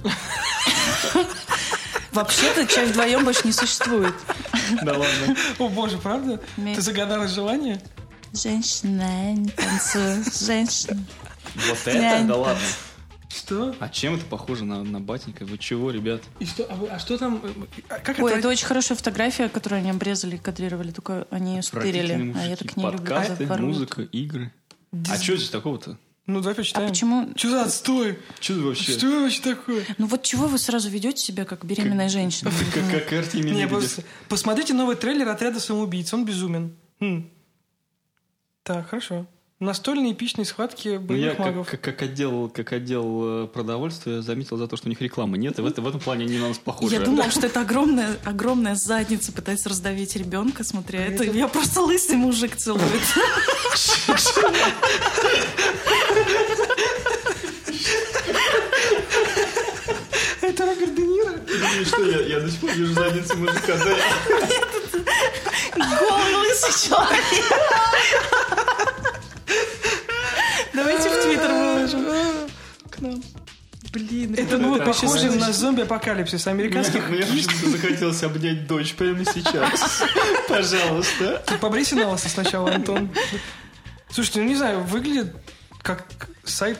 Вообще-то чай вдвоем больше не существует. Да ладно. О боже, правда? Ме- Ты загадала желание? Женщина, не танцуй, женщина. Вот Нянь. это? Да ладно. Что? А чем это похоже на, на батенька? Вы чего, ребят? И что? А, вы- а что там? э, а Как Ой, отвра- это очень хорошая фотография, которую они обрезали и кадрировали, только они ее стырили. Отвратительные А я мужики. так не люблю. когда Подкасты, воруют. музыка, игры. А Диз- что здесь такого-то? Ну, давай А почитаем. почему... Что за отстой? Что это вообще? Что это вообще такое? Ну вот чего вы сразу ведете себя как беременная женщина? Как, как Артемий Не, Лебедев. просто посмотрите новый трейлер отряда самоубийц, он безумен. Хм. Так, хорошо. Настольные эпичные схватки Ну, я боевых как, магов. как, как отдел, как отдел э, продовольствия заметил за то, что у них рекламы нет, и в, это- в этом плане они на нас похожи. Я думала, что это огромная, огромная задница пытается раздавить ребенка, смотря это. это- Я просто лысый мужик целует. Это Роберт Де Ниро? И что, я, я до сих пор вижу задницу мужика. да? Голый лысый человек. Давайте в Твиттер выложим. Э, К нам. Блин, Это это было вообще похоже на задница. зомби-апокалипсис американских. Мне почему-то захотелось обнять дочь прямо сейчас. Пожалуйста. Ты побрейся на лысо типа, сначала, Антон. Слушайте, ну не знаю, выглядит как сайт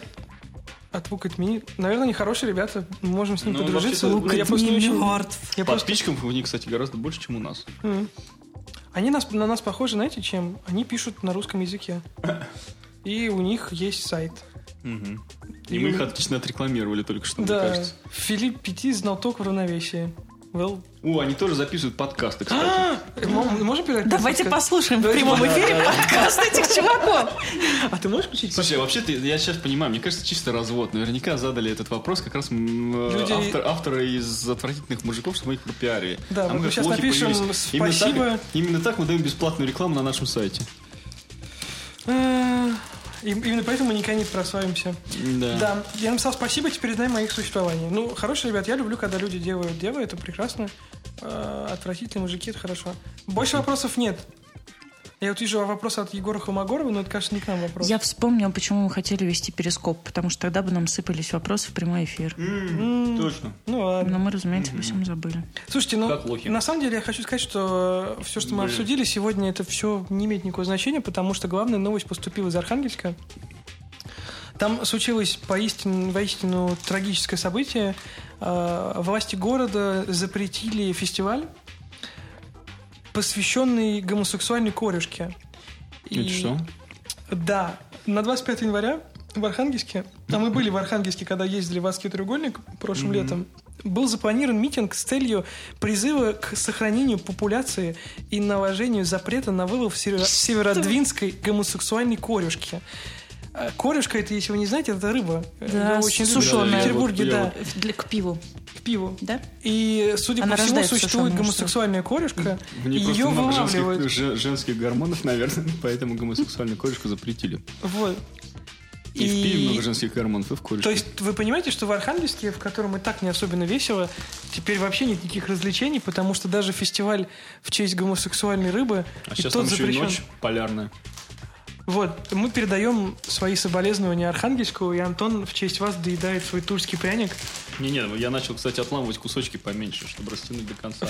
от Look at Me. Наверное, они хорошие ребята, мы можем с ним Ну, подружиться. вообще-то но я просто не очень- Я просто... Подписчиков у них, кстати, гораздо больше, чем у нас. Мгм. Они нас, на нас похожи, знаете, чем? Они пишут на русском языке. И у них есть сайт. И мы их отлично отрекламировали только что, мне Да. кажется. Филипп Пяти знаток в равновесии. Well. О, они тоже записывают подкасты, кстати. А, м- Можем передать? Давайте подкаст? послушаем в прямом эфире подкаст этих чуваков. А ты можешь включить? Слушай, а вообще-то я сейчас понимаю, мне кажется, чисто развод. Наверняка задали этот вопрос как раз м, э, Люди- автор- авторы из «Отвратительных мужиков», чтобы мы их пропиарили. Да, А вот мы как сейчас лохи напишем появились. Именно «Спасибо». так- Именно так мы даем бесплатную рекламу на нашем сайте. Э, и- Именно поэтому мы никогда не прославимся. Да. Да, я написал спасибо, теперь знаем о их существовании. Ну, хорошие ребят, я люблю, когда люди делают дело, это прекрасно. Э, Отвратительные мужики, это хорошо. Больше вопросов нет. Я вот вижу а вопрос от Егора Холмогорова, но это, конечно, не к нам вопрос. Я вспомнила, почему мы хотели вести перископ, потому что тогда бы нам сыпались вопросы в прямой эфир. М, Точно. Ну ладно. Но мы, разумеется, обо всем забыли. Слушайте, ну, Как лохи. на самом деле я хочу сказать, что все, что мы Блин. обсудили сегодня, это все не имеет никакого значения, потому что главная новость поступила из Архангельска. Там случилось поистину, воистину трагическое событие. Э, Власти города запретили фестиваль, посвященный гомосексуальной корюшке. И- Это что? Да. На 25 января в Архангельске, а мы были в Архангельске, когда ездили в Адский треугольник прошлым летом, был запланирован митинг с целью призыва к сохранению популяции и наложению запрета на вылов северо- северодвинской гомосексуальной корюшки. А Корюшка, это, если вы не знаете, это рыба. Да, Ее очень любят сушеная. в Петербурге, да, Для, к пиву, к пиву. да? И, судя по Она всему, рождается существует сушеной, гомосексуальная корюшка, В и ней просто ее много вылавливают. женских, же- женских гормонов, наверное, поэтому гомосексуальную корюшку запретили. Вот. И, в пиве много женских гормонов, и в корюшке. То есть вы понимаете, что в Архангельске, в котором и так не особенно весело, теперь вообще нет никаких развлечений, потому что даже фестиваль в честь гомосексуальной рыбы а и сейчас тот там еще и запрещен. ночь полярная. Вот, мы передаем свои соболезнования Архангельску, и Антон в честь вас доедает свой тульский пряник. Не-не, я начал, кстати, отламывать кусочки поменьше, чтобы растянуть до конца.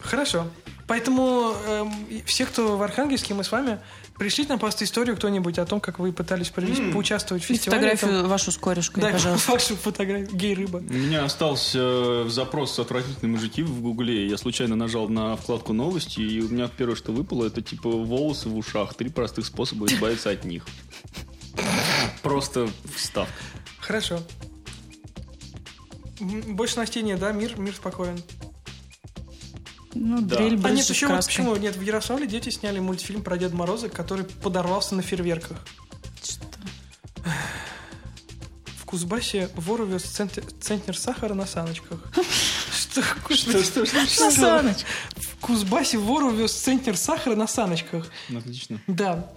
Хорошо. Поэтому эм, и все, кто в Архангельске, мы с вами, пришлите нам просто историю кто-нибудь о том, как вы пытались прилип- поучаствовать в И фестивале. фотографию вашу с Там- корешкой, Да, пожалуйста. вашу фотографию. Гей-рыба. У меня остался э, запрос «Отвратительные мужики» в гугле. Я случайно нажал на вкладку «Новости», и у меня первое, что выпало, это типа волосы в ушах. Три простых способа избавиться от них. Просто встав. Хорошо. М, Больше новостей нет, да? Мир, мир спокоен. Ну, Да. дрель А больше нет, еще вот краской. почему? Нет, в Ярославле дети сняли мультфильм про Деда Мороза, который подорвался на фейерверках. В Кузбассе вор увез цент- центнер сахара на саночках. Что? Что? Что? На саночке. В Кузбассе вор увез центнер сахара на саночках. Ну, Отлично. Да.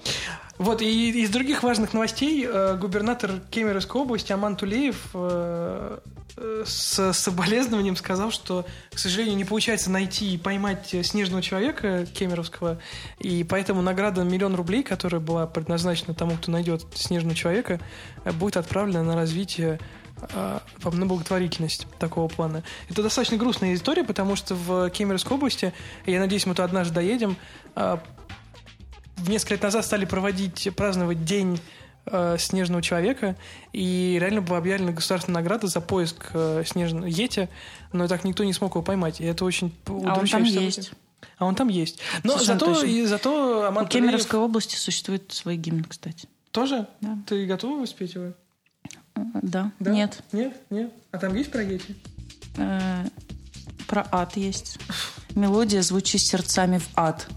Вот, и из других важных новостей э, губернатор Кемеровской области Аман Тулеев э, э, с соболезнованием сказал, что, к сожалению, не получается найти и поймать э, снежного человека Кемеровского, и поэтому награда миллион рублей, которая была предназначена тому, кто найдет снежного человека, э, будет отправлена на развитие э, на благотворительность такого плана. Это достаточно грустная история, потому что в Кемеровской области, я надеюсь, мы туда однажды доедем, э, в несколько лет назад стали проводить, праздновать День э, Снежного Человека, и реально была объявлена государственная награда за поиск э, Снежного Йети, но так никто не смог его поймать, и это очень п- А он там удручающе. есть. А он там есть. Но Совершенно зато, точно. и, зато Аман У Тулеев Кемеровской области существует свой гимн, кстати. тоже? Да. Ты готова его спеть его? Да? Да? Нет. Нет? Нет? А там есть про Йети? Э, Про ад есть. Мелодия звучит сердцами в ад.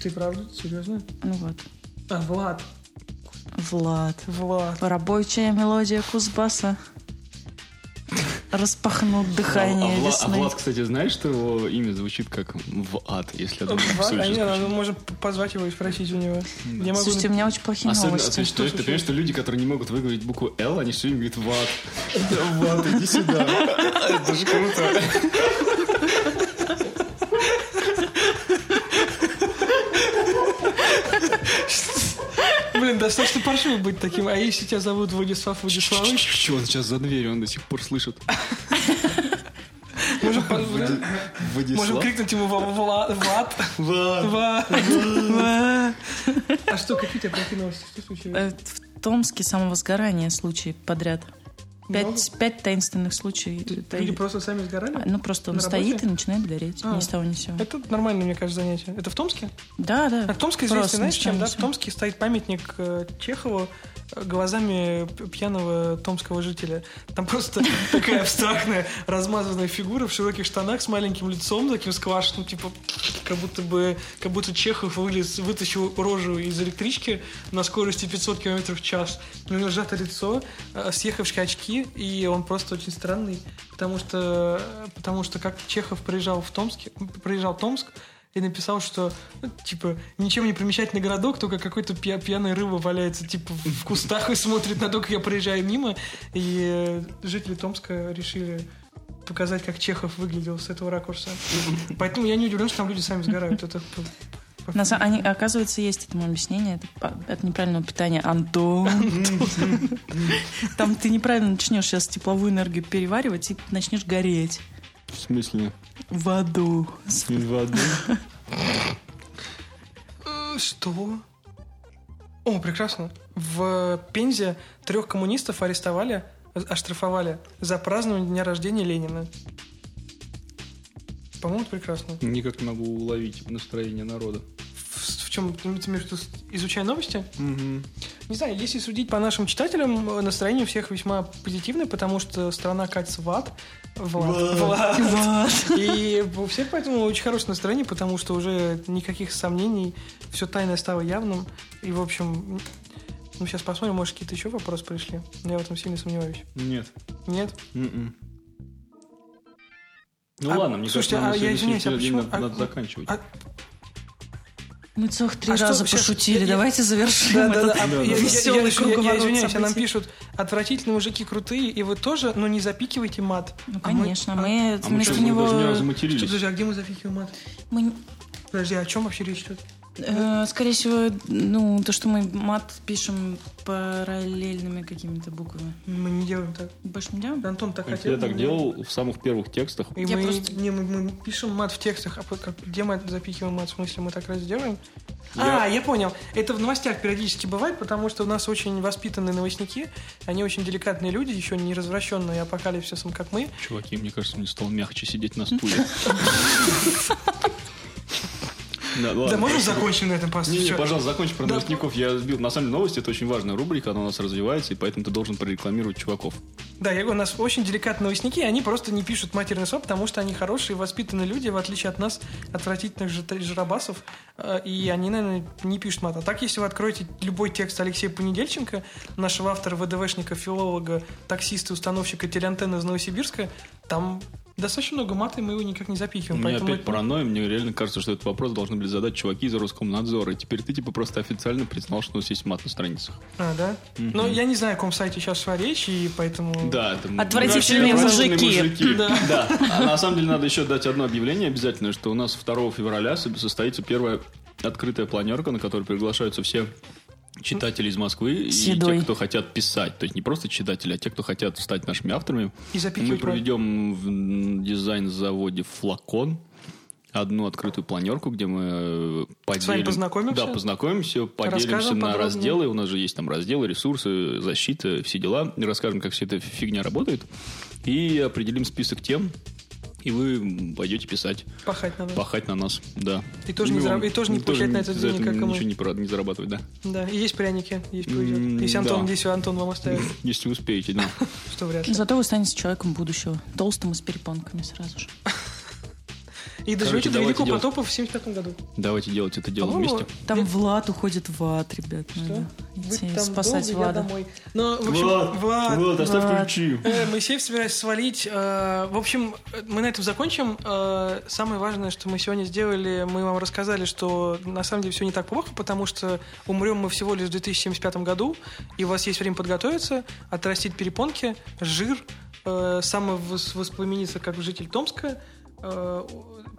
Ты правда? Серьезно? Ну вот. А, Влад. Влад. Влад. Рабочая мелодия Кузбасса. А Распахнут дыхание А Влад, весны. кстати, знаешь, что его имя звучит как в ад, если это Влад, а нет, ну, можем п- позвать его и спросить у него. Я могу... Слушайте, у меня очень плохие Особенно, новости. ты, что, ты понимаешь, что люди, которые не могут выговорить букву «Л», они все время говорят «Ват». «Ват, иди сюда». Это же круто. Блин, достаточно паршиво быть таким. А если тебя зовут Владислав Владиславович, Чего он сейчас за дверью, он до сих пор слышит. Можем, по- можем Владислав. крикнуть ему «Ва- Вла- Влад. Влад. Ва- А что, какие у тебя плохие новости? Что случилось? Э, В Томске самовозгорание случаев подряд. Пять, пять таинственных случаев. Люди просто сами сгорали? Ну, просто он на работе? стоит и начинает гореть. А. Ни с того ни с сего. Это нормально, мне кажется, занятие. Это в Томске? Да, да. А в Томске известно, Просто знаешь, ни с чем, того да? ни с В сего. Томске стоит памятник э, Чехову э, глазами п- пьяного томского жителя. Там просто такая абстрактная размазанная фигура в широких штанах с маленьким лицом, таким сквашенным, типа, как будто бы, как будто Чехов вылез, вытащил рожу из электрички на скорости 500 км в час. У него сжато лицо, э, съехавшие очки, и он просто очень странный, потому что, э, потому что как Чехов проезжал в Томске, проезжал Томск, и написал, что, ну, типа, ничем не примечательный городок, только какой-то пья- пьяная рыба валяется, типа, в кустах и смотрит на то, как я проезжаю мимо. И э, жители Томска решили показать, как Чехов выглядел с этого ракурса. Поэтому я не удивлен, что там люди сами сгорают. Это п- п- На са- они, оказывается, есть этому объяснение. Это по- от неправильного питания. Антон. Там ты неправильно начнешь сейчас тепловую энергию переваривать и начнешь гореть В смысле? в аду. В аду? Э, Что? О, прекрасно. В Пензе трех коммунистов арестовали, э, оштрафовали за празднование дня рождения Ленина. По-моему, это прекрасно. Никак не могу уловить настроение народа. в, в чем ты имеешь в виду, изучая новости? Не знаю, если судить по нашим читателям, э, настроение у всех весьма позитивное, потому что страна катится в ад. В ад. В ад. И у всех поэтому очень хорошее настроение, потому что уже никаких сомнений, все тайное стало явным. И, в общем, ну, сейчас посмотрим, может, какие-то еще вопросы пришли. Но Я в этом сильно сомневаюсь. Нет. Нет? М-м. Ну А, ладно, мне слушайте, кажется, нам а на я сегодняшний извиняюсь, а день почему- надо, а- надо заканчивать. а- Мы целых три А что раза сейчас- пошутили. я- Давайте завершим Да, да, этот да. А, я- я- я- веселый я- я- Я круговорот извиняюсь, а нам событий. пишут, отвратительные мужики крутые, и вы тоже, но не запикивайте мат. Ну, А мы- конечно, а- мы А мы вместо что, мы даже не разу него... матерились. Что, подожди, а где мы запикиваем мат? мы- Подожди, о чем вообще речь идет? Э, Скорее всего, ну, то, что мы мат пишем параллельными какими-то буквами. Мы не делаем так. Больше не делаем? Антон так хотел. Я так но- делал в самых первых текстах. И Я мы, просто- не, мы, мы пишем мат в текстах, а по- как- где мы запихиваем мат? В смысле, мы так раз делаем? Я- А, я понял. Это в новостях периодически бывает, потому что у нас очень воспитанные новостники. Они очень деликатные люди, еще не развращенные апокалипсисом, как мы. Чуваки, мне кажется, мне стало мягче сидеть на стуле. Да, Да, ладно. можно закончим на этом Не, пассаже? не, пожалуйста, закончи про Да, новостников. Я сбил. На самом деле новости это очень важная рубрика, она у нас развивается, и поэтому ты должен прорекламировать чуваков. Да, я говорю, у нас очень деликатные новостники, и они просто не пишут матерное слово, потому что они хорошие, воспитанные люди, в отличие от нас, отвратительных жит- жиробасов, Э, и они, наверное, не пишут мат. А так, если вы откроете любой текст Алексея Понедельченко, нашего автора, ВДВшника, филолога, таксиста, установщика телеантенны из Новосибирска, там достаточно много мата, и мы его никак не У запихиваем. меня поэтому опять это- паранойя, мне реально кажется, что этот вопрос должны были задать чуваки из Роскомнадзора. И теперь ты типа просто официально признал, что у нас есть мат на страницах. А, да? Но я не знаю, о каком сайте сейчас шла речь, и поэтому... Да, это м- Отвратительные мужики. Да. А на самом деле надо еще дать одно объявление обязательно, что у нас 2 февраля со- состоится первая открытая планерка, на которую приглашаются все читатели из Москвы и Седой. те, кто хотят писать. То есть не просто читатели, а те, кто хотят стать нашими авторами. И Мы запихивать мат. проведем в м, дизайн-заводе «Флакон» одну открытую планерку, где мы э, поделим... вами познакомимся? Да, познакомимся, поделимся Расскажем на подробнее. разделы. У нас же есть там разделы, ресурсы, защита, все дела. И расскажем, как вся эта фигня работает. И определим список тем, и вы пойдете писать, Пахать надо. пахать на нас, да. И тоже не Ну, зараб- и тоже не получать на этот за день никак, и мы. ничего не, пора- не зарабатывать, да. Да, и есть пряники, есть повезет. М, Если Антон, да. если Антон вам оставит, Если успеете, да. что вряд ли. Зато вы станете человеком будущего. Толстым и с перепонками сразу же. И доживете Короче, до давайте Великого делать. потопа в 75 году. Давайте делать это дело По-моему, вместе. Там Ведь- Влад уходит в ад, ребят. Что? надо Вы идти там спасать долго, я Влада. домой. Но, в общем, Влад, Влад, оставь Влад. ключи. э, Моисеев собираюсь свалить. Э, В общем, э, мы на этом закончим. Э, Самое важное, что мы сегодня сделали, мы вам рассказали, что на самом деле все не так плохо, потому что умрем мы всего лишь в 2075 году, и у вас есть время подготовиться, отрастить перепонки, жир, э, самовоспламениться как житель Томска, э,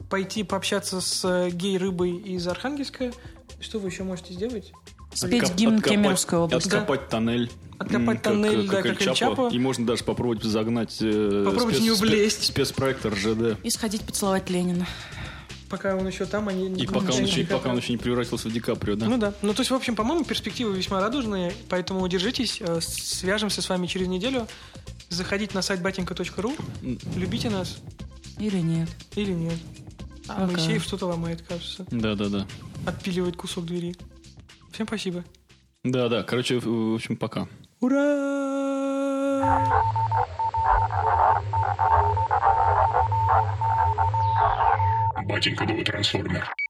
пойти пообщаться с э, гей-рыбой из Архангельска. Что вы еще можете сделать? Спеть Откоп- гимн откопать- Кемеровской области. Откопать тоннель. Откопать М, тоннель, да, Эль как Эль Чапо. И можно даже попробовать загнать... э, Попробовать спец- не увлечь. спе- Спецпроект РЖД. И сходить поцеловать Ленина. Пока он еще там, они И пока он, еще, пока он еще не превратился в Ди Каприо, да? Ну да. Ну, то есть, в общем, по-моему, перспективы весьма радужные, поэтому держитесь, э, свяжемся с вами через неделю. Заходите на сайт batinka.ru, любите нас Или нет. или нет. А Ага. Моисеев что-то ломает, кажется. Да-да-да. Отпиливает кусок двери. Всем спасибо. Да-да, короче, в в общем, пока. Ура! Батенька новый трансформер.